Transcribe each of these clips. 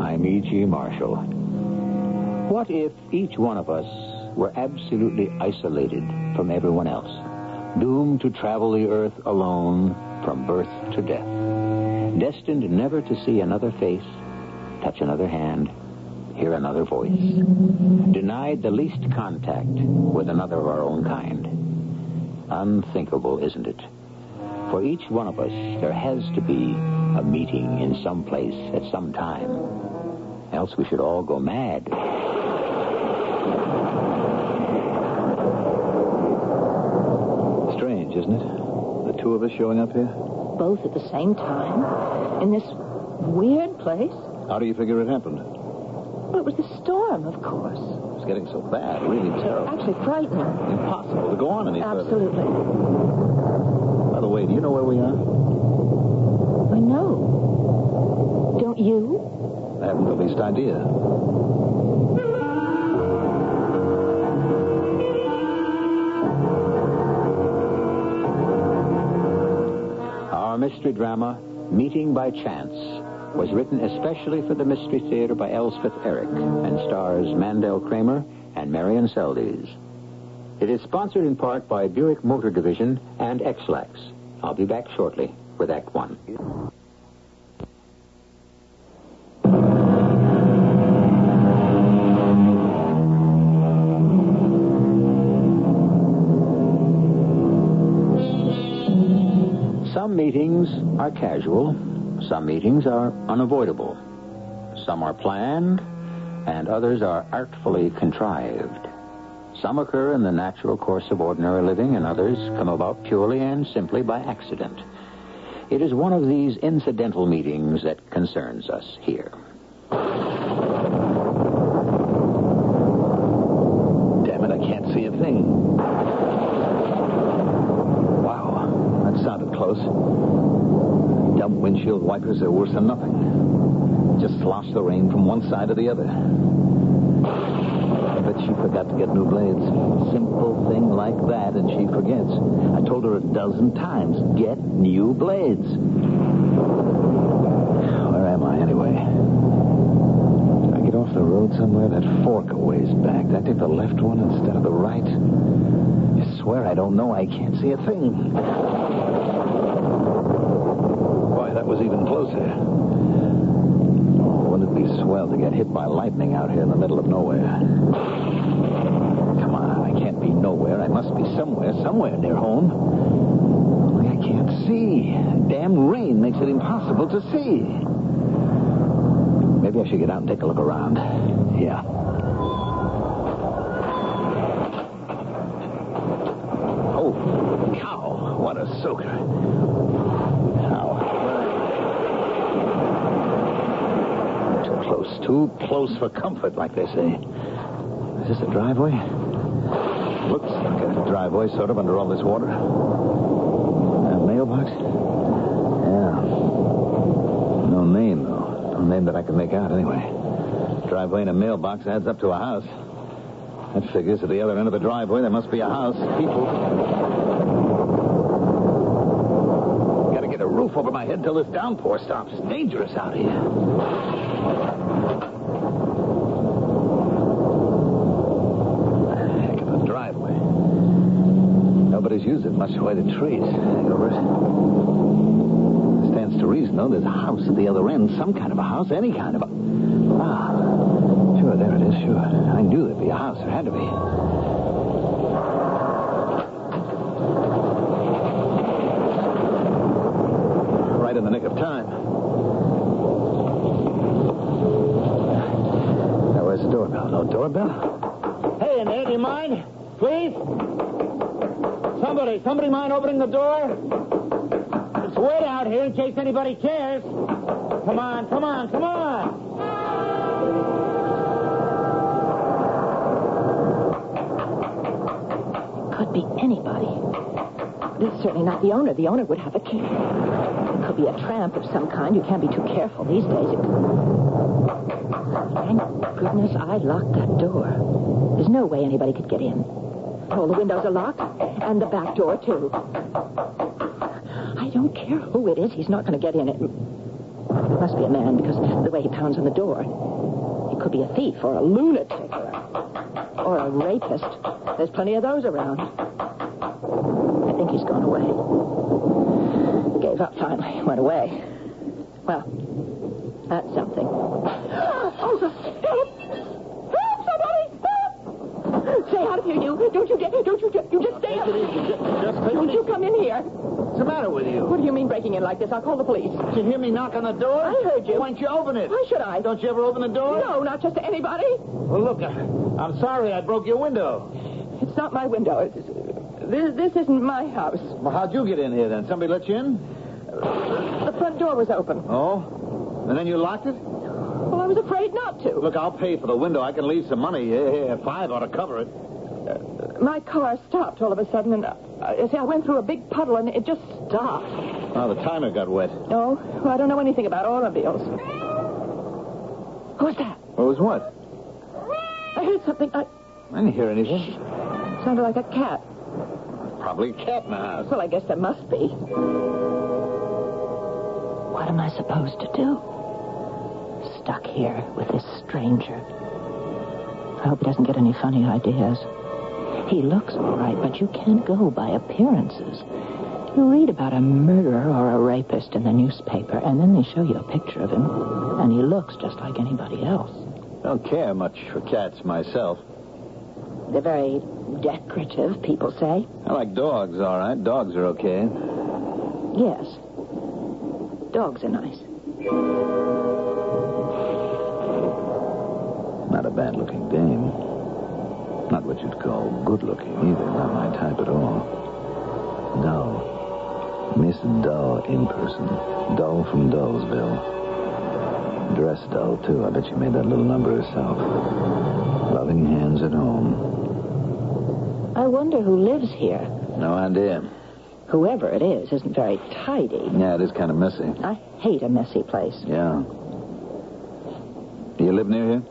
I'm E.G. Marshall. What if each one of us were absolutely isolated from everyone else, doomed to travel the earth alone from birth to death, destined never to see another face, touch another hand, hear another voice, denied the least contact with another of our own kind? Unthinkable, isn't it? For each one of us, there has to be a meeting in some place at some time. Else we should all go mad. Strange, isn't it? The two of us showing up here? Both at the same time? In this weird place? How do you figure it happened? Well, it was the storm, of course. It's getting so bad, really terrible. Actually frightening. Impossible to go on any further. Absolutely. By the way, do you know where we are? I know. Don't you? I haven't the least idea. Our mystery drama, Meeting by Chance, was written especially for the Mystery Theater by Elspeth Eric and stars Mandel Kramer and Marion Seldes. It is sponsored in part by Buick Motor Division and Xlax. I'll be back shortly with Act One. Some meetings are casual, some meetings are unavoidable, some are planned, and others are artfully contrived. Some occur in the natural course of ordinary living, and others come about purely and simply by accident. It is one of these incidental meetings that concerns us here. Damn it, I can't see a thing. Wow, that sounded close. Dumb windshield wipers are worse than nothing. Just slosh the rain from one side to the other. I bet she forgot to get new blades. Simple thing like that, and she forgets. I told her a dozen times get new blades. Where am I anyway? Did I get off the road somewhere? That fork a ways back. Did I take the left one instead of the right? I swear I don't know. I can't see a thing. Boy, that was even closer. Oh, wouldn't it be swell to get hit by lightning out here in the middle of nowhere? Come on, I can't be nowhere. I must be somewhere, somewhere near home. Only I can't see. Damn rain makes it impossible to see. Maybe I should get out and take a look around. Yeah. Oh, cow. What a soaker. Ow. Too close. Too close for comfort, like they say. Is this a driveway? Looks like a driveway, sort of, under all this water. A mailbox? Yeah. No name, though. No name that I can make out, anyway. Driveway and a mailbox adds up to a house. That figures at the other end of the driveway there must be a house, people. Gotta get a roof over my head till this downpour stops. It's dangerous out here. Heck of a driveway. Nobody's used it much the way the trees hang over it. Stands to reason, though, there's a house at the other end, some kind of a house, any kind of a. Ah, sure, there it is, sure. I knew there'd be a house. There had to be. Right in the nick of time. Now, where's the doorbell? No doorbell? Hey, in there, do you mind? Please? Somebody, somebody mind opening the door? It's wet out here in case anybody cares. Come on, come on, come on. Could be anybody. But it's certainly not the owner. The owner would have a key. Could be a tramp of some kind. You can't be too careful these days. It... Thank goodness I locked that door. There's no way anybody could get in. All the windows are locked, and the back door, too. I don't care who it is. He's not going to get in it. It must be a man because of the way he pounds on the door. He could be a thief or a lunatic or a, or a rapist. There's plenty of those around. I think he's gone away. Gave up finally. Went away. Well, that's something. Oh, help! Help, somebody! Help! Stay out of here, you. Don't you dare. Don't you dare. You just stay out. Just take Don't you come in here. What's the matter with you? What do you mean breaking in like this? I'll call the police. Did you hear me knock on the door? I heard you. Why don't you open it? Why should I? Don't you ever open the door? No, not just to anybody. Well, look, I- I'm sorry I broke your window. It's not my window. It's, this, this isn't my house. Well, how'd you get in here then? Somebody let you in? The front door was open. Oh? And then you locked it? Well, I was afraid not to. Look, I'll pay for the window. I can leave some money. Here, here, five ought to cover it. My car stopped all of a sudden, and uh, you see, I went through a big puddle, and it just stopped. Oh, the timer got wet. No, well, I don't know anything about automobiles. Who's that? What was what? I heard something. I I didn't hear anything. sounded like a cat. Probably a cat in the house. Well, I guess there must be. What am I supposed to do? Stuck here with this stranger. I hope he doesn't get any funny ideas. He looks all right, but you can't go by appearances. You read about a murderer or a rapist in the newspaper, and then they show you a picture of him, and he looks just like anybody else. Don't care much for cats myself. They're very decorative, people say. I like dogs, all right. Dogs are okay. Yes. Dogs are nice. Not a bad looking dame. Not what you'd call good looking either, not my type at all. Doll. Miss Doll in person. Doll from Dollsville. Dress doll, too. I bet she made that little number herself. Loving hands at home. I wonder who lives here. No idea. Whoever it is isn't very tidy. Yeah, it is kind of messy. I hate a messy place. Yeah. Do you live near here?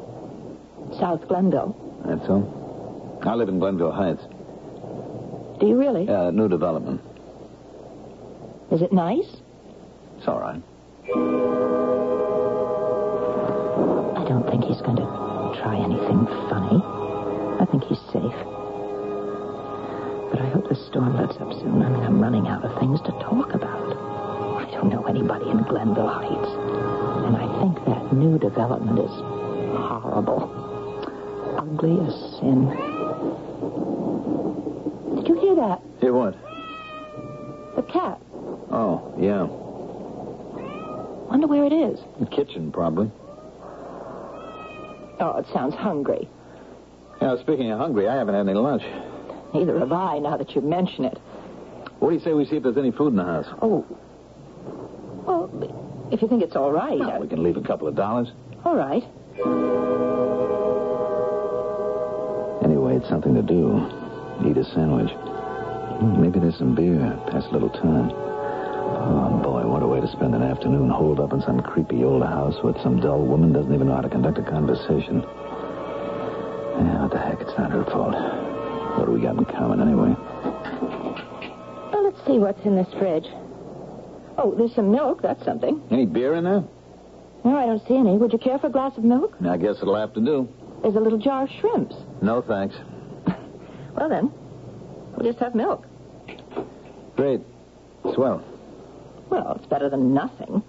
South Glenville. That's all. I live in Glenville Heights. Do you really? Yeah, new development. Is it nice? It's all right. I don't think he's going to try anything funny. I think he's safe. But I hope the storm lets up soon. I mean, I'm running out of things to talk about. I don't know anybody in Glenville Heights. And I think that new development is horrible. Ugly as sin. Did you hear that? Here what? The cat. Oh, yeah. Wonder where it is. The kitchen, probably. Oh, it sounds hungry. Yeah, speaking of hungry, I haven't had any lunch. Neither have I, now that you mention it. What do you say we see if there's any food in the house? Oh. Well, if you think it's all right. Well, I- we can leave a couple of dollars. All right. Anyway, it's something to do. Eat a sandwich. Hmm, Maybe there's some beer. Pass a little time. Oh, boy, what a way to spend an afternoon holed up in some creepy old house with some dull woman doesn't even know how to conduct a conversation. Yeah, what the heck? It's not her fault. What do we got in common, anyway? Well, let's see what's in this fridge. Oh, there's some milk. That's something. Any beer in there? No, I don't see any. Would you care for a glass of milk? I guess it'll have to do. There's a little jar of shrimps. No, thanks. Well, then, we'll just have milk. Great. Swell. Well, it's better than nothing.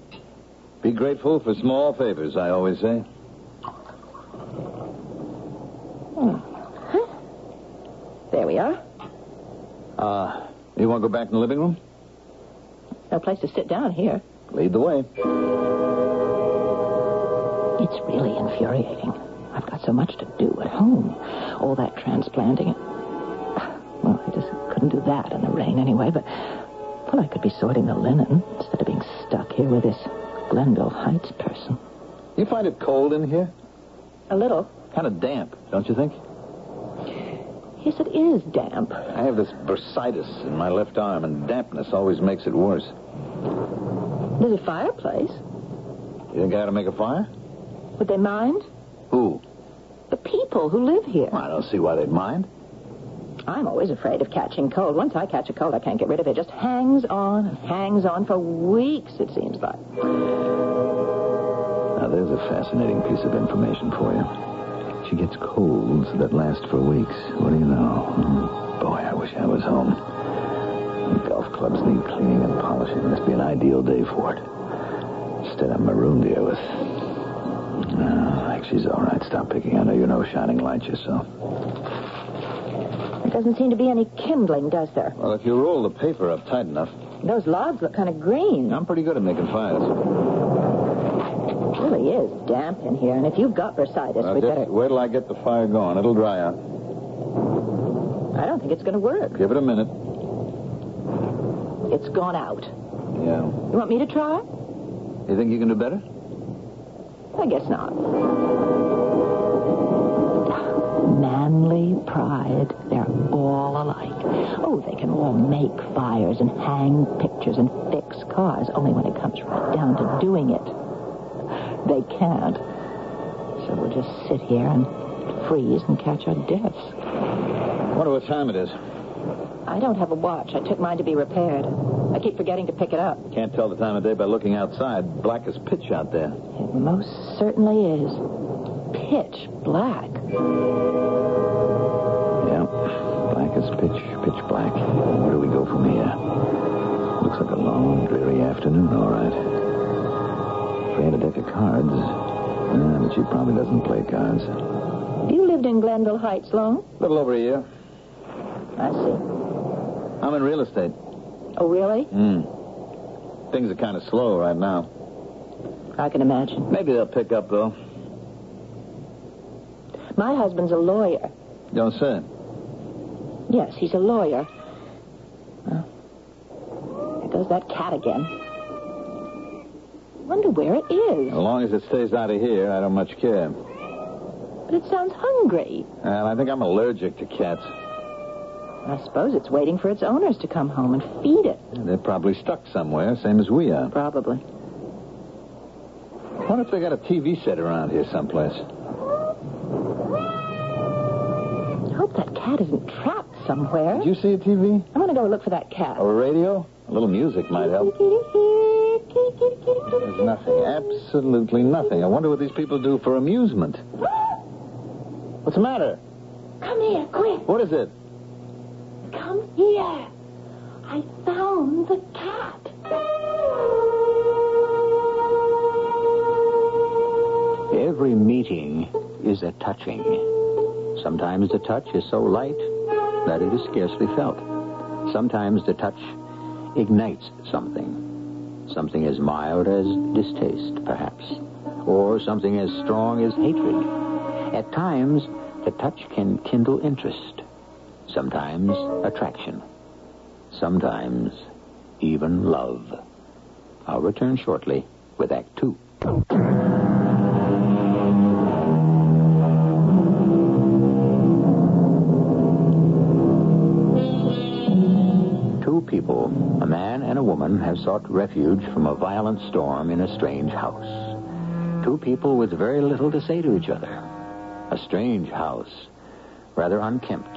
Be grateful for small favors, I always say. There we are. Uh, you want to go back in the living room? No place to sit down here. Lead the way. It's really infuriating. I've got so much to do at home. All that transplanting. Well, I just couldn't do that in the rain anyway, but. Well, I could be sorting the linen instead of being stuck here with this Glenville Heights person. You find it cold in here? A little. Kind of damp, don't you think? Yes, it is damp. I have this bursitis in my left arm, and dampness always makes it worse. There's a fireplace. You think I ought to make a fire? Would they mind? Who? The people who live here. Well, I don't see why they'd mind. I'm always afraid of catching cold. Once I catch a cold, I can't get rid of it. It just hangs on and hangs on for weeks, it seems like. Now, there's a fascinating piece of information for you. She gets colds that last for weeks. What do you know? Mm. Boy, I wish I was home. The golf clubs need cleaning and polishing. This be an ideal day for it. Instead, I'm marooned here with. No, like she's all right. Stop picking. I know you're no shining light yourself. There doesn't seem to be any kindling, does there? Well, if you roll the paper up tight enough, Those logs look kind of green. I'm pretty good at making fires. It really is damp in here, and if you've got bursitis, Now, we'd just better. wait till I get the fire going. It'll dry out. I don't think it's going to work. Give it a minute. It's gone out. Yeah. You want me to try? You think you can do better? I guess not. Manly pride. They're all alike. Oh, they can all make fires and hang pictures and fix cars, only when it comes right down to doing it, they can't. So we'll just sit here and freeze and catch our deaths. Wonder what time it is. I don't have a watch. I took mine to be repaired. I keep forgetting to pick it up. Can't tell the time of day by looking outside. Black as pitch out there. It most certainly is. Pitch black. Yeah. Black as pitch, pitch black. Where do we go from here? Looks like a long, dreary afternoon, all right. If we had a deck of cards. Yeah, but she probably doesn't play cards. A You lived in Glenville Heights long? little over a year. I see. I'm in real estate. Oh, really? Hmm. Things are kind of slow right now. I can imagine. Maybe they'll pick up, though. My husband's a lawyer. Don't say. Yes, he's a lawyer. Well, there goes that cat again. Wonder where it is. As long as it stays out of here, I don't much care. But it sounds hungry. And I think I'm allergic to cats. I suppose it's waiting for its owners to come home and feed it. They're probably stuck somewhere, same as we are. Probably. What if they got a TV set around here someplace? I hope that cat isn't trapped somewhere. Did you see a TV? I'm going to go look for that cat. Or a radio? A little music might help. There's nothing. Absolutely nothing. I wonder what these people do for amusement. What's the matter? Come here, quick. What is it? Come here. I found the cat. Every meeting is a touching. Sometimes the touch is so light that it is scarcely felt. Sometimes the touch ignites something. Something as mild as distaste, perhaps, or something as strong as hatred. At times, the touch can kindle interest, sometimes attraction, sometimes even love. I'll return shortly with Act Two. Two people, a man and a woman, have sought refuge from a violent storm in a strange house. Two people with very little to say to each other. A strange house, rather unkempt,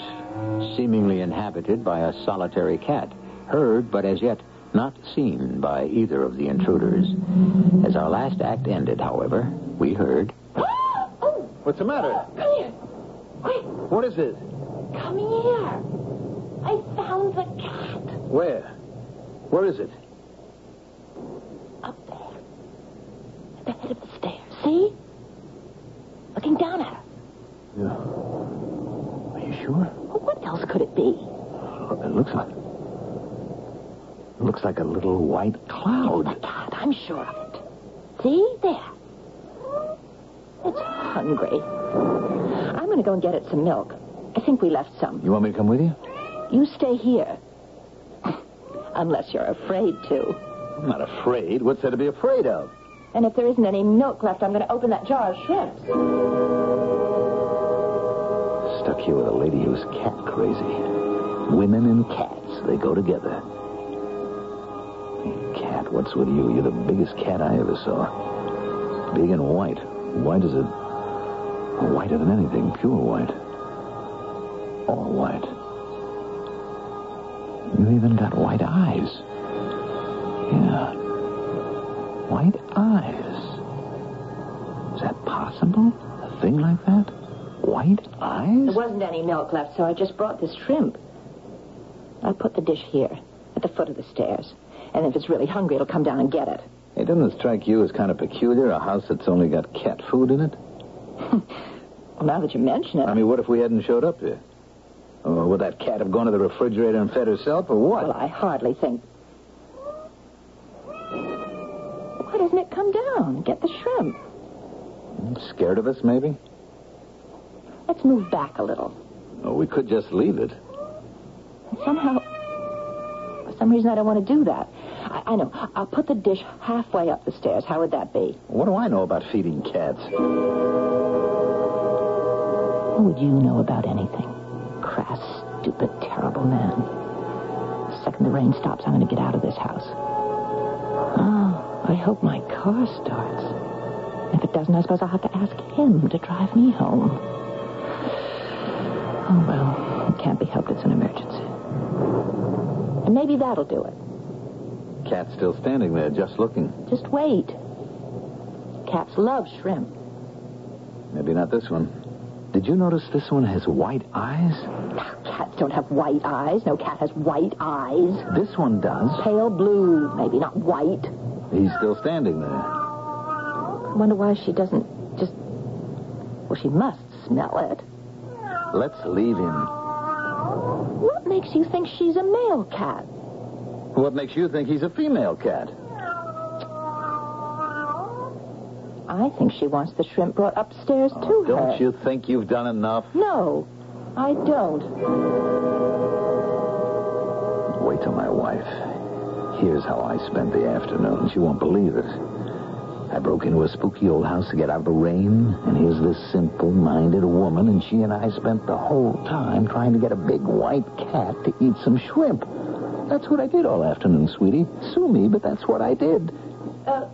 seemingly inhabited by a solitary cat, heard but as yet not seen by either of the intruders. As our last act ended, however, we heard oh, What's the matter? come here. Quick, What is it? come here. I found the cat Where? Where is it? up there. At the head of the stairs. See? Looking down at her. Are you sure? Well, what else could it be? Oh, It looks like. It looks like a little white cloud. The cat, I'm sure of it. See? There. It's hungry. I'm going to go and get it some milk. I think we left some. You want me to come with you? You stay here. Unless you're afraid to. I'm not afraid. What's there to be afraid of? And if there isn't any milk left, I'm going to open that jar of shrimps. Stuck here with a lady who's cat crazy. Women and cats, they go together. Hey, cat, what's with you? You're the biggest cat I ever saw. Big and white. White as a. Whiter than anything. Pure white. All white. You even got white eyes. Yeah. White eyes. that possible? A thing like that? White There eyes? wasn't any milk left, so I just brought this shrimp. I put the dish here, at the foot of the stairs. And if it's really hungry, it'll come down and get it. Hey, doesn't it strike you as kind of peculiar, a house that's only got cat food in it? Well, now that you mention it, I mean, what if we hadn't showed up here? Or would that cat have gone to the refrigerator and fed herself, or what? well, I hardly think. Why doesn't it come down? and Get the shrimp. Scared of us, maybe? Let's move back a little. Or we could just leave it. And somehow, for some reason, I don't want to do that. I, I know. I'll put the dish halfway up the stairs. How would that be? What do I know about feeding cats? What would you know about anything? Crass, stupid, terrible man. The second the rain stops, I'm going to get out of this house. Oh, I hope my car starts. If it doesn't, I suppose I'll have to ask him to drive me home. Oh, well, it can't be helped. It's an emergency. And maybe that'll do it. Cat's still standing there, just looking. Just wait. Cats love shrimp. Maybe not this one. Did you notice this one has white eyes? Ah, Cats don't have white eyes. No cat has white eyes. This one does. Pale blue, maybe, not white. He's still standing there. I wonder why she doesn't just. Well, she must smell it. Let's leave him. What makes you think she's a male cat? What makes you think he's a female cat? I think she wants the shrimp brought upstairs Oh, to her. don't you think you've done enough? No, I don't. Wait till my wife hears how I spent the afternoon. She won't believe it. I broke into a spooky old house to get out of the rain, and here's this simple minded woman, and she and I spent the whole time trying to get a big white cat to eat some shrimp. That's what I did all afternoon, sweetie. Sue me, but that's what I did. Uh,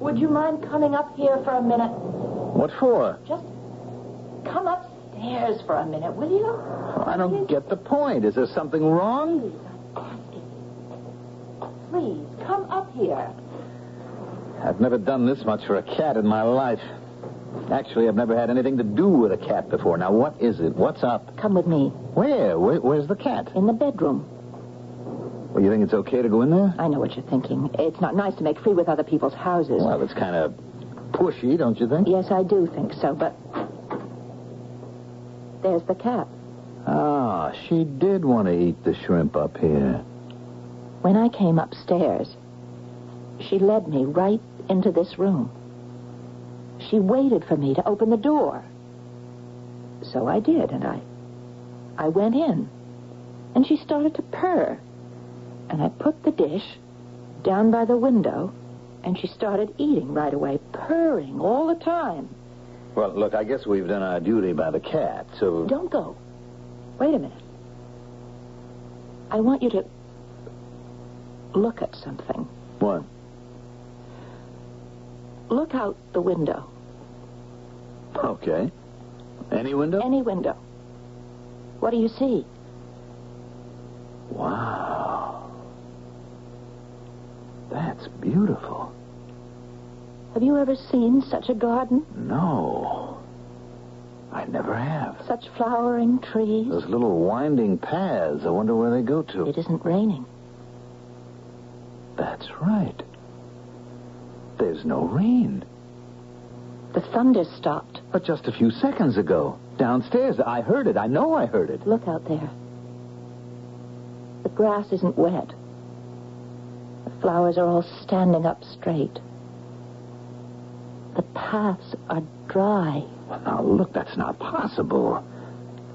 would you mind coming up here for a minute? What for? Just come upstairs for a minute, will you? I don't get the point. Is there something wrong? Please, come up here. I've never done this much for a cat in my life. Actually, I've never had anything to do with a cat before. Now, what is it? What's up? Come with me Where? Where? Where's the cat? in the bedroom. Well, you think it's okay to go in there? I know what you're thinking. It's not nice to make free with other people's houses. Well, it's kind of pushy, don't you think? Yes, I do think so, but. There's the cat. Ah, she did want to eat the shrimp up here. When I came upstairs, she led me right into this room. She waited for me to open the door. So I did, and I I went in. And she started to purr. And I put the dish down by the window, and she started eating right away, purring all the time. Well, look, I guess we've done our duty by the cat, so. Don't go. Wait a minute. I want you to look at something. What? Look out the window. Okay. Any window? Any window. What do you see? Wow. That's beautiful. Have you ever seen such a garden? No. I never have. Such flowering trees? Those little winding paths, I wonder where they go to. It isn't raining. That's right. There's no rain. The thunder stopped. But just a few seconds ago, downstairs, I heard it. I know I heard it. Look out there. The grass isn't wet. The flowers are all standing up straight. The paths are dry. Now, look, that's not possible.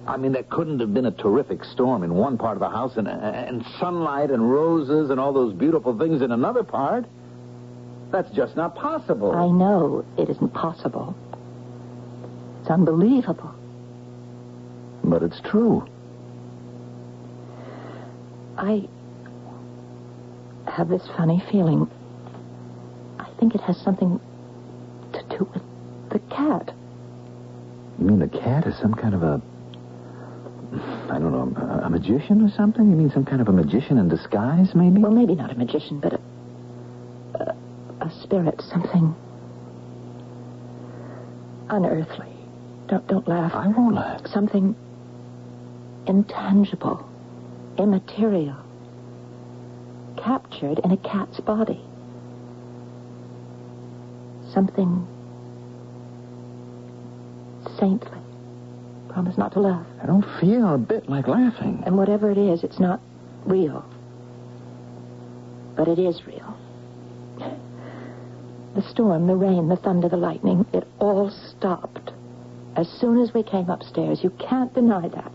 I mean, there couldn't have been a terrific storm in one part of the house and, and sunlight and roses and all those beautiful things in another part. That's just not possible. I know it isn't possible. It's unbelievable. But it's true. I have this funny feeling. I think it has something to do with the cat. You mean the cat is some kind of a. I don't know, a, a magician or something? You mean some kind of a magician in disguise, maybe? Well, maybe not a magician, but a, a, a spirit, something. unearthly. Don't, don't laugh. I won't laugh. Something intangible, immaterial, captured in a cat's body. Something saintly. Promise not to laugh. I don't feel a bit like laughing. And whatever it is, it's not real. But it is real. The storm, the rain, the thunder, the lightning, it all stopped as soon as we came upstairs. You can't deny that.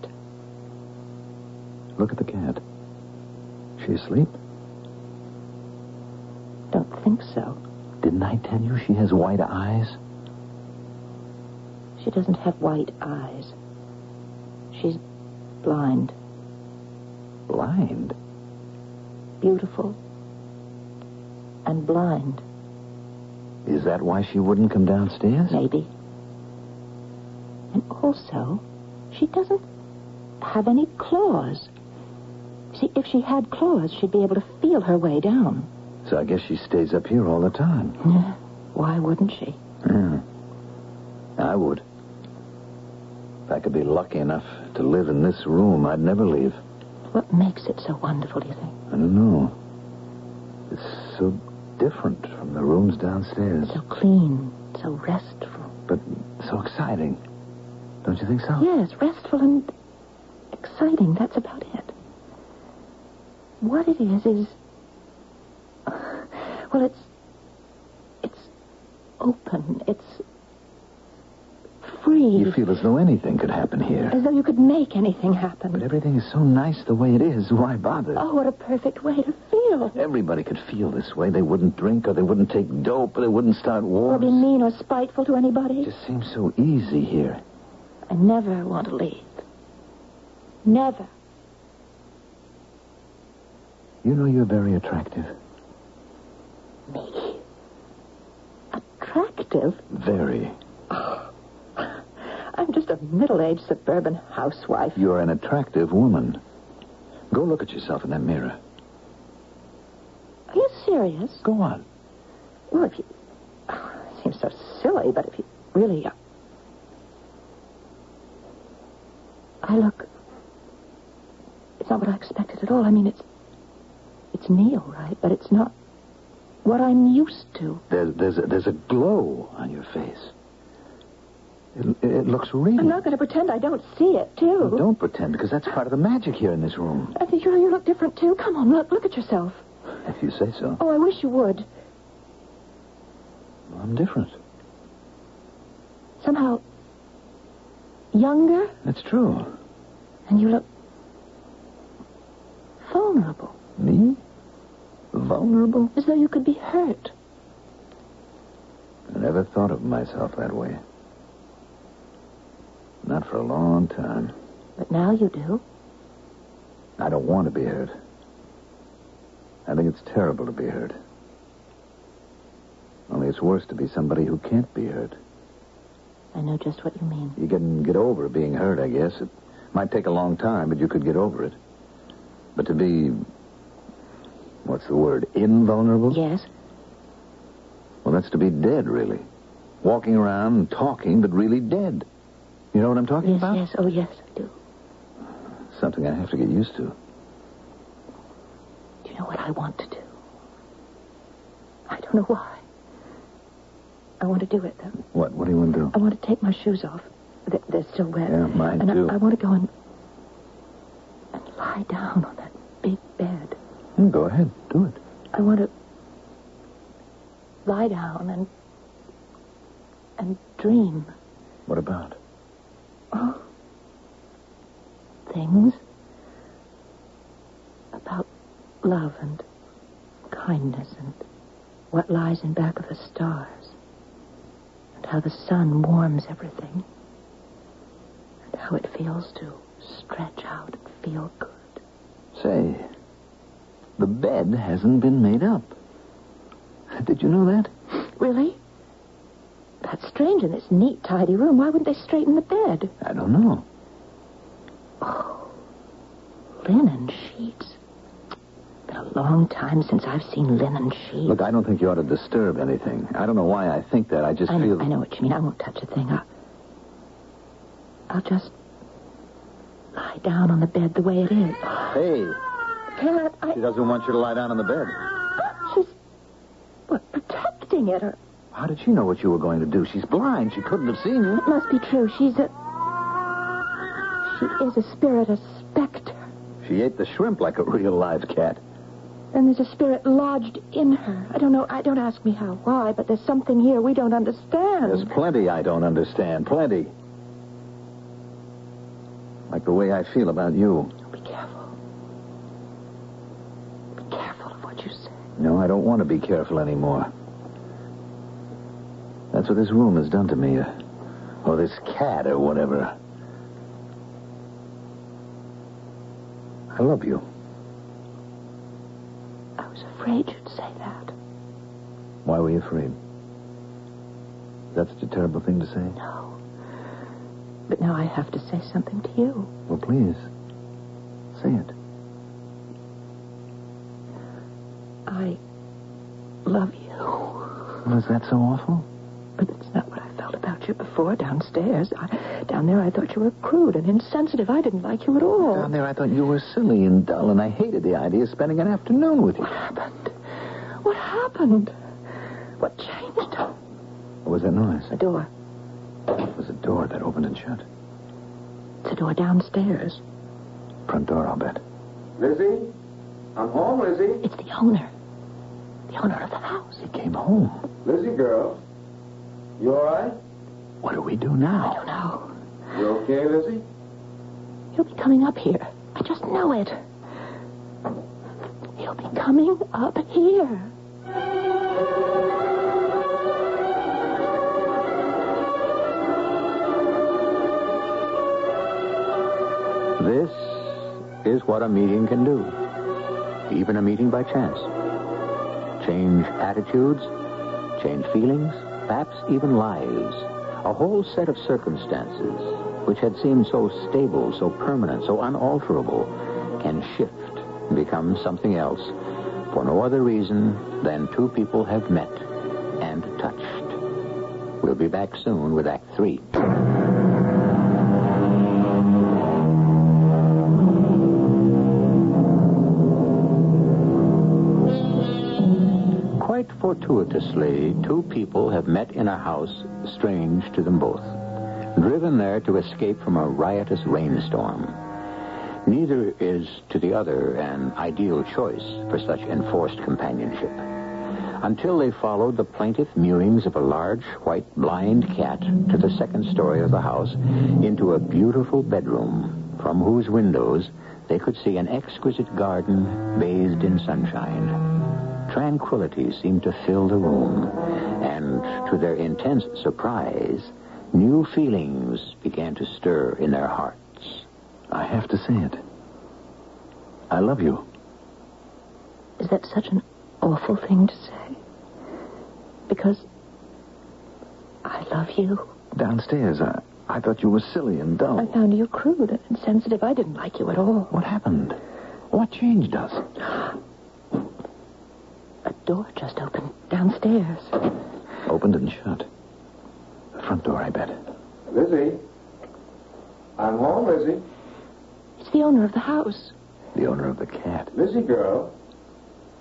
Look at the cat. She asleep? Don't think so. Didn't I tell you she has white eyes? She doesn't have white eyes. She's blind. Blind? Beautiful and blind. Is that why she wouldn't come downstairs? Maybe. And also, she doesn't have any claws. See, if she had claws, she'd be able to feel her way down. So I guess she stays up here all the time. Yeah. Why wouldn't she? Yeah. I would. If I could be lucky enough to live in this room, I'd never leave. What makes it so wonderful, do you think? I don't know. It's so different from the rooms downstairs, So clean, so restful. but so exciting. Don't you think so? Yes, restful and exciting. That's about it. What it is is, well, it's it's open. It's free. You feel as though anything could happen here. as though you could make anything happen. But everything is so nice the way it is. Why bother? oh, what a perfect way to feel. Everybody could feel this way. They wouldn't drink, or they wouldn't take dope, or they wouldn't start Or wars. be mean or spiteful to anybody. It just seems so easy here. I never want to leave. Never. You know you're very attractive. Me. Attractive. Very. I'm just a middle-aged suburban housewife. You're an attractive woman. Go look at yourself in that mirror. Are you serious? Go on. Well, if you... Oh, it seems so silly, but if you really... uh, are- I look... It's not what I expected at all. I mean, it's... It's me, all right, but it's not what I'm used to. There's there's a, there's a glow on your face. It, it looks real. I'm not going to pretend I don't see it, too. Mm, Don't pretend, because that's part of the magic here in this room. I think you, you look different, too. Come on, look. Look at yourself. If you say so. Oh, I wish you would. I'm different. Somehow... Younger, That's true. and you look... Vulnerable. Me? Vulnerable? As though you could be hurt. I never thought of myself that way. Not for a long time. But now you do. I don't want to be hurt. I think it's terrible to be hurt. Only it's worse to be somebody who can't be hurt. I know just what you mean. You can get over being hurt, I guess. It might take a long time, but you could get over it. But to be, what's the word, invulnerable? Yes? Well, that's to be dead, really. Walking around and talking, but really dead. You know what I'm talking Yes, about? yes. Oh, yes, I do. Something I have to get used to. Do you know what I want to do? I don't know why. I want to do it, though. What? What do you want to do? I want to take my shoes off. Th- They're still wet. Yeah, mine and I- too. I, want to go and, and lie down on that big bed. Hmm, go ahead. Do it. I want to lie down and and dream What about? things about love and kindness and what lies in back of the stars and how the sun warms everything and how it feels to stretch out and feel good. Say, the bed hasn't been made up. Did you know that? Really? That's strange in this neat, tidy room. Why wouldn't they straighten the bed? I don't know. Linen sheets. But a long time since I've seen linen sheets. Look, I don't think you ought to disturb anything. I don't know why I think that. I just I know, feel. I know what you mean. I won't touch a thing. I'll, I'll just lie down on the bed the way it is. Hey, Can't I? she doesn't want you to lie down on the bed. She's what, protecting it. Or, How did she know what you were going to do? She's blind. She couldn't have seen you. it must be true. She's a. She is a spirit, a specter. She ate the shrimp like a real live cat. And there's a spirit lodged in her. I don't know. I don't ask me how, why, but there's something here we don't understand. There's plenty I don't understand. Plenty. Like the way I feel about you. Be careful. Be careful of what you say. No, I don't want to be careful anymore. That's what this room has done to me. uh, Or this cat or whatever. I love you. I was afraid you'd say that. Why were you afraid? That's such a terrible thing to say. No. But now I have to say something to you. Well, please. Say it. I love you. Well, is that so awful? But that's not what I felt about you before downstairs. I, down there, I thought you were crude and insensitive. I didn't like you at all. Down there, I thought you were silly and dull, and I hated the idea of spending an afternoon with you. What happened? What happened? What changed? What was that noise? The door. It was a door that opened and shut. It's a door downstairs. Front door, I'll bet. Lizzie? I'm home, Lizzie. It's the owner. The owner of the house. He came home. Lizzie, girl. You all right? What do we do now? Oh, no. You okay, Lizzie? He'll be coming up here. I just know it. He'll be coming up here. This is what a meeting can do. Even a meeting by chance. Change attitudes, change feelings, perhaps even lives. A whole set of circumstances which had seemed so stable, so permanent, so unalterable can shift and become something else for no other reason than two people have met and touched. We'll be back soon with Act Three. Quite fortuitously, two people have met in a house strange to them both, driven there to escape from a riotous rainstorm. Neither is to the other an ideal choice for such enforced companionship. Until they followed the plaintive mewings of a large white blind cat to the second story of the house into a beautiful bedroom from whose windows they could see an exquisite garden bathed in sunshine. Tranquility seemed to fill the room, and to their intense surprise, new feelings began to stir in their hearts. I have to say it. I love you. Is that such an awful thing to say? Because I love you. Downstairs, I, I thought you were silly and I dull. found you crude and insensitive. I didn't like you at all. What happened? What changed us? A door just opened downstairs. Opened and shut. The front door, I bet. Lizzie? I'm home, Lizzie. It's the owner of the house. The owner of the cat. Lizzie, girl.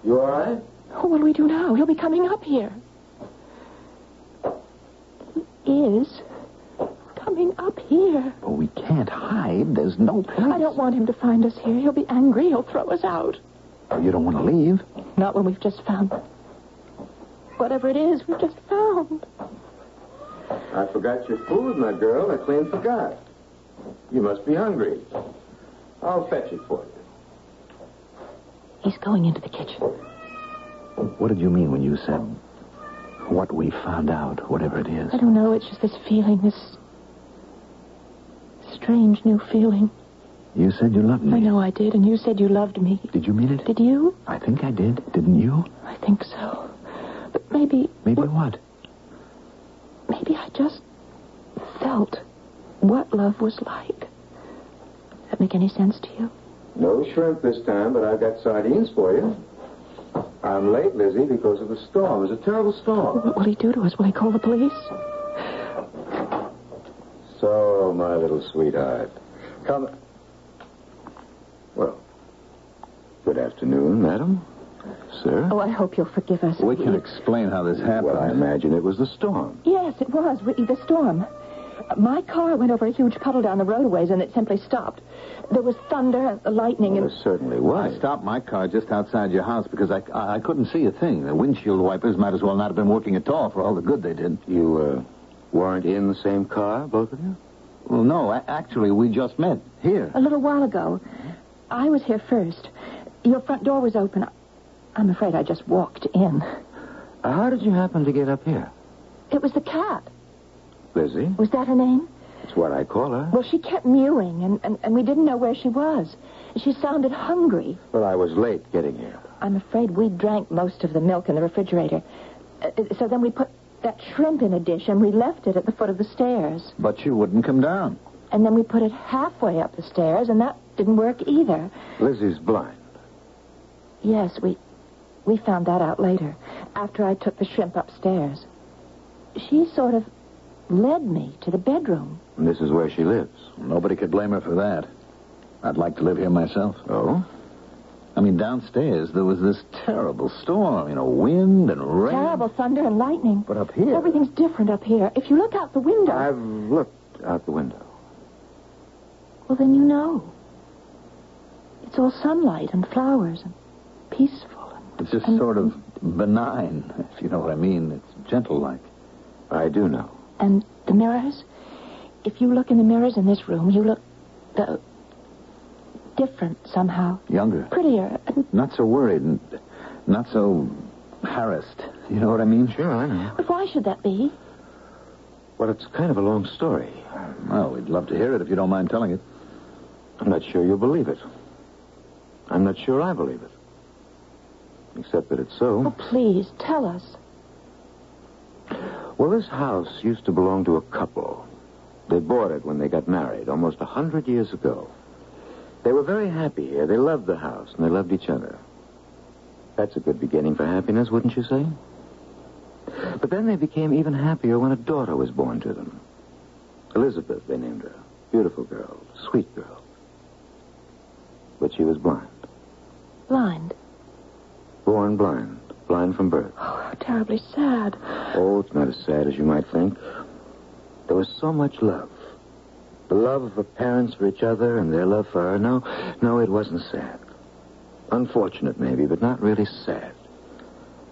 You all right? What will we do now? He'll be coming up here. He is coming up here. But we can't hide. There's no place. I don't want him to find us here. He'll be angry. He'll throw us out. Oh, you don't want to leave. Not when we've just found whatever it is we've just found. I forgot your food, my girl. I clean forgot. You must be hungry. I'll fetch it for you. He's going into the kitchen. What did you mean when you said what we found out, whatever it is? I don't know. It's just this feeling, this strange new feeling. You said you loved me. I know I did, and you said you loved me. Did you mean it? Did you? I think I did. Didn't you? I think so. But maybe, Maybe what? maybe I just felt what love was like. Does that make any sense to you? No shrimp this time, but I've got sardines for you. I'm late, Lizzie, because of the storm. It was a terrible storm. What will he do to us? Will he call the police? So, my little sweetheart, come. Well, good afternoon, madam, sir. Oh, I hope you'll forgive us. We can explain how this happened. Well, I imagine it was the storm. Yes, it was, Ricky, the storm. Uh, My car went over a huge puddle down the roadways and it simply stopped. There was thunder and lightning It and... certainly I was. stopped my car just outside your house because I, I, I couldn't see a thing. The windshield wipers might as well not have been working at all for all the good they did. You uh, weren't in the same car, both of you? Well, no, a- actually, we just met here. A little while ago, I was here first. Your front door was open. I'm afraid I just walked in. Uh, How did you happen to get up here? It was the cat. Lizzie, Was that her name? it's what I call her. Well, she kept mewing, and, and, and we didn't know where she was. She sounded hungry. Well, I was late getting here. I'm afraid we drank most of the milk in the refrigerator. Uh, so then we put that shrimp in a dish and we left it at the foot of the stairs. But you wouldn't come down. And then we put it halfway up the stairs, and that didn't work either. Lizzie's blind. Yes, we we found that out later, after I took the shrimp upstairs. She sort of led me to the bedroom. And this is where she lives. Nobody could blame her for that. I'd like to live here myself. Oh? I mean, downstairs there was this terrible storm, you know, wind and rain. Terrible thunder and lightning. But up here, Everything's different up here. If you look out the window, I've looked out the window. well, then you know. It's all sunlight and flowers and peaceful. And... it's just sort of benign, if you know what I mean. It's gentle like. I do know. And the mirrors? If you look in the mirrors in this room, you look uh, different somehow. Younger. Prettier. And Not so worried and not so harassed. You know what I mean? Sure, Oh, I know. but why should that be? Well, it's kind of a long story. Well, we'd love to hear it if you don't mind telling it. I'm not sure you'll believe it. I'm not sure I believe it. Except that it's Oh, so. please, tell us. Well, this house used to belong to a couple. They bought it when they got married, almost a hundred years ago. They were very happy here. They loved the house, and they loved each other. That's a good beginning for happiness, wouldn't you say? But then they became even happier when a daughter was born to them. Elizabeth, they named her. Beautiful girl, sweet girl. But she was blind. Blind. Born blind. Blind from birth. Oh, how terribly sad. Oh, it's not as sad as you might think. There was so much love. The love of the parents for each other and their love for her. No, no, it wasn't sad. Unfortunate, maybe, but not really sad.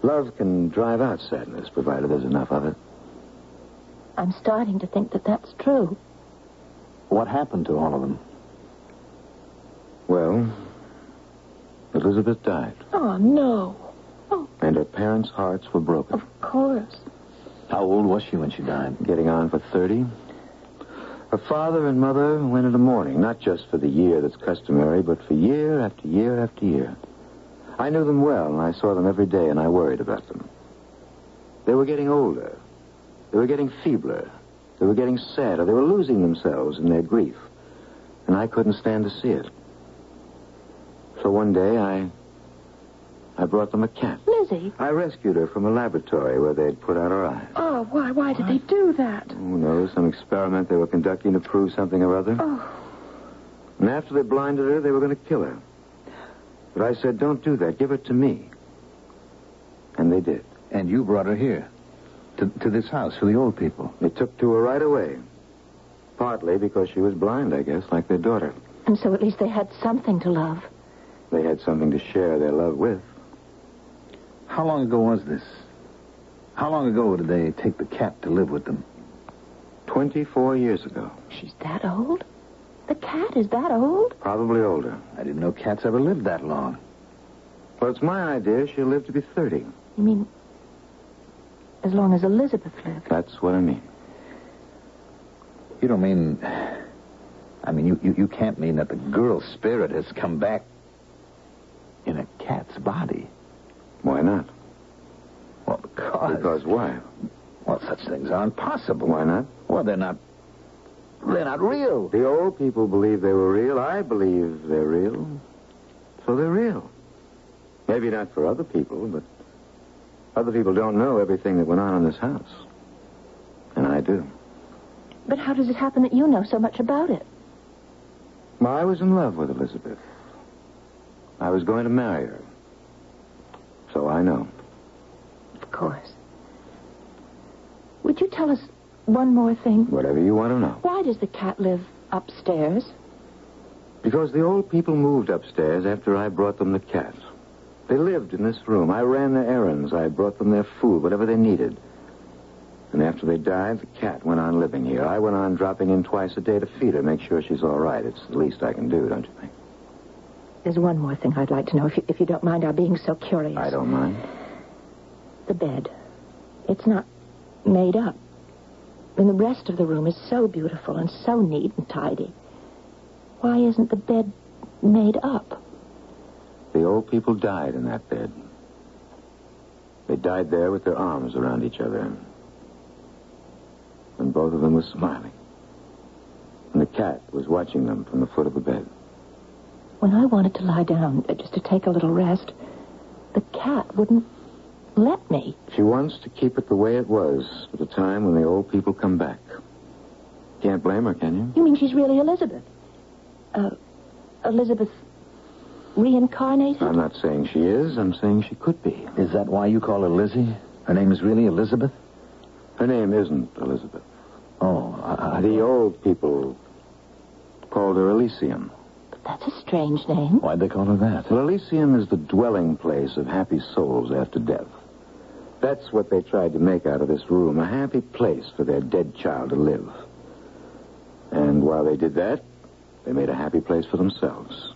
Love can drive out sadness, provided there's enough of it. I'm starting to think that that's true. What happened to all of them? Well, Elizabeth died, Oh, no. and her parents' hearts were broken. Of course. How old was she when she died? Getting on for 30. Her father and mother went into mourning, not just for the year that's customary, but for year after year after year. I knew them well, and I saw them every day, and I worried about them. They were getting older. They were getting feebler. They were getting sadder. They were losing themselves in their grief. And I couldn't stand to see it. So one day I. I brought them a cat. Lizzie. I rescued her from a laboratory where they'd put out her eyes. Oh, why, why did they do that? Who knows? Some experiment they were conducting to prove something or other. Oh, And after they blinded her, they were going to kill her. But I said, don't do that. Give it to me. And they did. And you brought her here, to, to this house for the old people. They took to her right away. Partly because she was blind, I guess, like their daughter. and so at least they had something to love. They had something to share their love with. How long ago was this? How long ago did they take the cat to live with them? 24 years ago. She's that old? The cat is that old? Probably older. I didn't know cats ever lived that long. Well, it's my idea she'll live to be 30. You mean, as long as Elizabeth lived? That's what I mean. You don't mean. I mean, you, you, you can't mean that the girl's spirit has come back in a cat's body. Why not? Well, because. Because why? Well, such things aren't possible. Why not? Well, they're not. They're not real. The old people believe they were real. I believe they're real. So they're real. Maybe not for other people, but Other people don't know everything that went on in this house. And I do. But how does it happen that you know so much about it? Well, I was in love with Elizabeth. I was going to marry her. So I know. Of course. Would you tell us one more thing? Whatever you want to know. Why does the cat live upstairs? Because the old people moved upstairs after I brought them the cat. They lived in this room. I ran their errands. I brought them their food, whatever they needed. And after they died, the cat went on living here. I went on dropping in twice a day to feed her, make sure she's all right. It's the least I can do, don't you think? There's one more thing I'd like to know, if you, if you don't mind our being so curious. I don't mind. The bed. It's not made up. And the rest of the room is so beautiful and so neat and tidy. Why isn't the bed made up? The old people died in that bed. They died there with their arms around each other. And both of them were smiling. And the cat was watching them from the foot of the bed. When I wanted to lie down uh, just to take a little rest, the cat wouldn't let me. She wants to keep it the way it was for the time when the old people come back. Can't blame her, can you? You mean she's really Elizabeth? Uh, Elizabeth reincarnated? I'm not saying she is. I'm saying she could be. Is that why you call her Lizzie? Her name is really Elizabeth? Her name isn't Elizabeth. Oh, I, I... The old people called her Elysium. That's a strange name. Why'd they call her that? Well, Elysium is the dwelling place of happy souls after death. That's what they tried to make out of this room a happy place for their dead child to live. And while they did that, they made a happy place for themselves.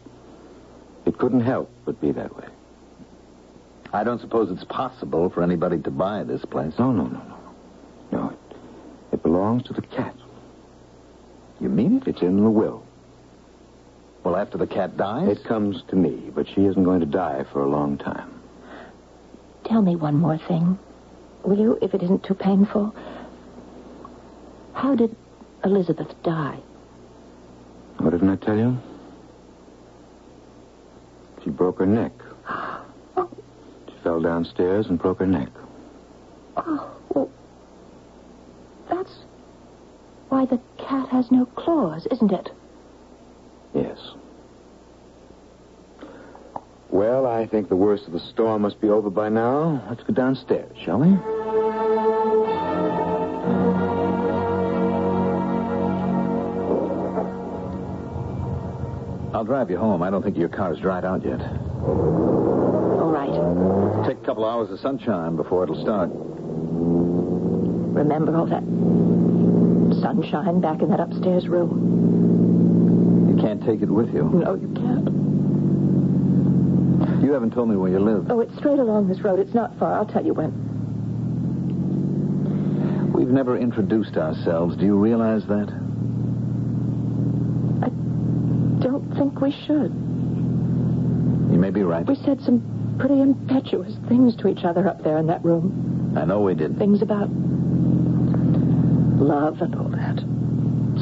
It couldn't help but be that way. I don't suppose it's possible for anybody to buy this place. No, no, no, no. No, it, it belongs to the cat. You mean it? It's in the will. Well, after the cat dies? It comes to me, but she isn't going to die for a long time. Tell me one more thing, will you, if it isn't too painful? How did Elizabeth die? What didn't I tell you? She broke her neck. Oh, She fell downstairs and broke her neck. oh, well, that's why the cat has no claws, isn't it? Yes. Well, I think the worst of the storm must be over by now. Let's go downstairs, shall we? I'll drive you home. I don't think your car's dried out yet. All right. Take a couple hours of sunshine before it'll start. Remember all that sunshine back in that upstairs room? You can't take it with you. No, you can't. You haven't told me where you live. Oh, it's straight along this road. It's not far. I'll tell you when. We've never introduced ourselves. Do you realize that? Don't think we should. You may be right. We said some pretty impetuous things to each other up there in that room. I know we did. Things about love and all that.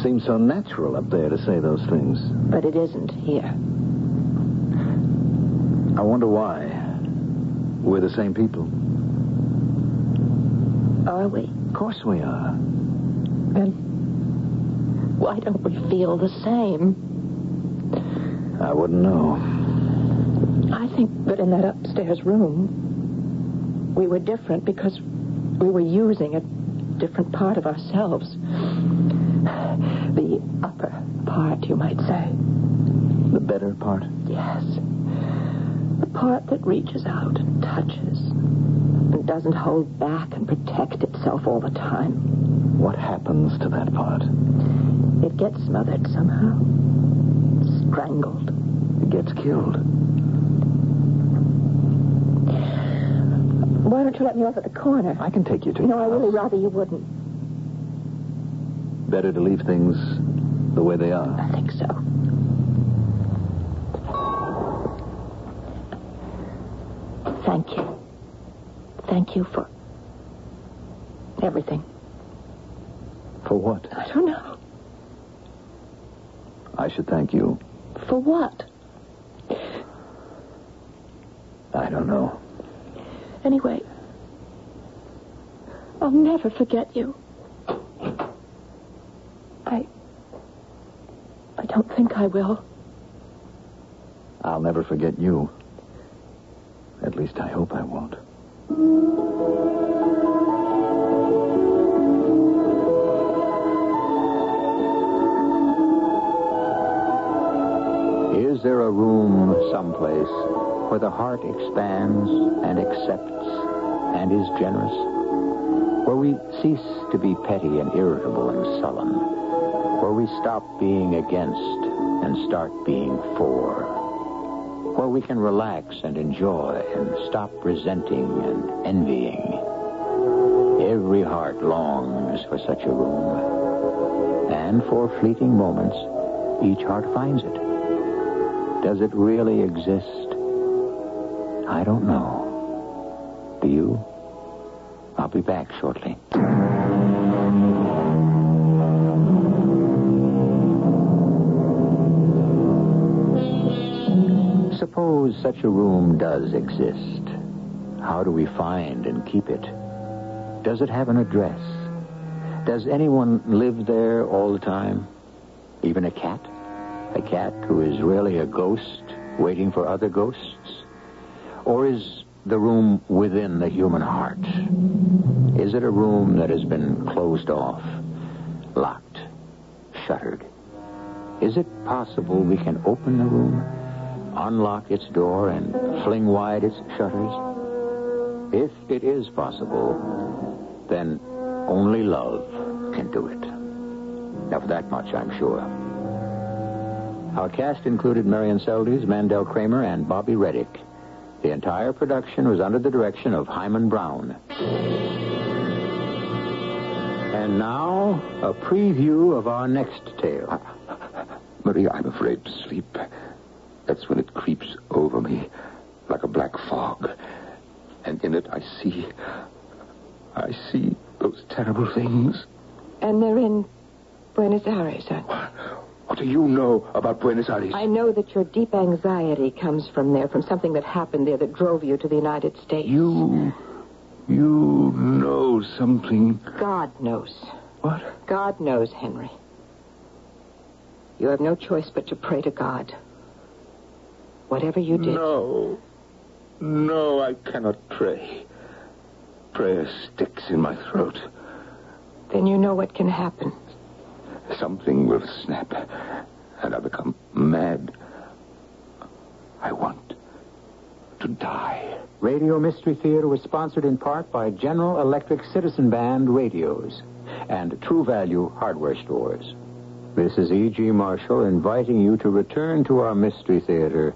Seems so natural up there to say those things. But it isn't here. I wonder why. We're the same people. Are we? Of course we are. Then why don't we feel the same? I wouldn't know. I think that in that upstairs room, we were different because we were using a different part of ourselves. The upper part, you might say. The better part. Yes. The part that reaches out and touches and doesn't hold back and protect itself all the time. What happens to that part? It gets smothered somehow, strangled. It gets killed. Why don't you let me off at the corner? I can take you to. No, I really rather you wouldn't. Better to leave things the way they are. I think so. Thank you. Thank you for everything. For what? I don't know. I should thank you. For what? I don't know. Anyway, never forget you. I. I don't think I will. I'll never forget you. At least I hope I won't. Is there a room someplace where the heart expands and accepts and is generous? Where we cease to be petty and irritable and sullen? Where we stop being against and start being for? where we can relax and enjoy and stop resenting and envying. Every heart longs for such a room. And for fleeting moments, each heart finds it. Does it really exist? I don't know. Do you? I'll be back shortly. Suppose such a room does exist. How do we find and keep it? Does it have an address? Does anyone live there all the time? Even a cat? A cat who is really a ghost waiting for other ghosts? Or is the room within the human heart? Is it a room that has been closed off, locked, shuttered? Is it possible we can open the room? unlock its door and fling wide its shutters? If it is possible, then only love can do it. Of that much, I'm sure. Our cast included Marion Seldes, Mandel Kramer, and Bobby Reddick. The entire production was under the direction of Hyman Brown. And now, a preview of our next tale. Maria, I'm afraid to sleep. That's when it creeps over me like a black fog. And in it I see. I see those terrible things. And they're in Buenos Aires, aren't they? What do you know about Buenos Aires? I know that your deep anxiety comes from there, from something that happened there that drove you to the United States. You. You know something. God knows. What? God knows, Henry. You have no choice but to pray to God. Whatever you did. No. No, I cannot pray. Prayer sticks in my throat. Then you know what can happen. Something will snap, and I become mad. I want to die. Radio Mystery Theater was sponsored in part by General Electric Citizen Band radios and True Value hardware stores. This is E.G. Marshall inviting you to return to our Mystery Theater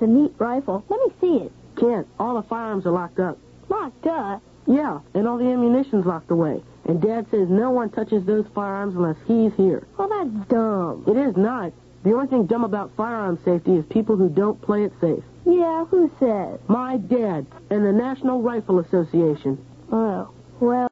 a neat rifle. Let me see it. Can't. All the firearms are locked up. Locked up? Yeah, and all the ammunition's locked away. And Dad says no one touches those firearms unless he's here. Well, that's dumb. It is not. The only thing dumb about firearm safety is people who don't play it safe. Yeah, who says? My dad and the National Rifle Association. Oh, well.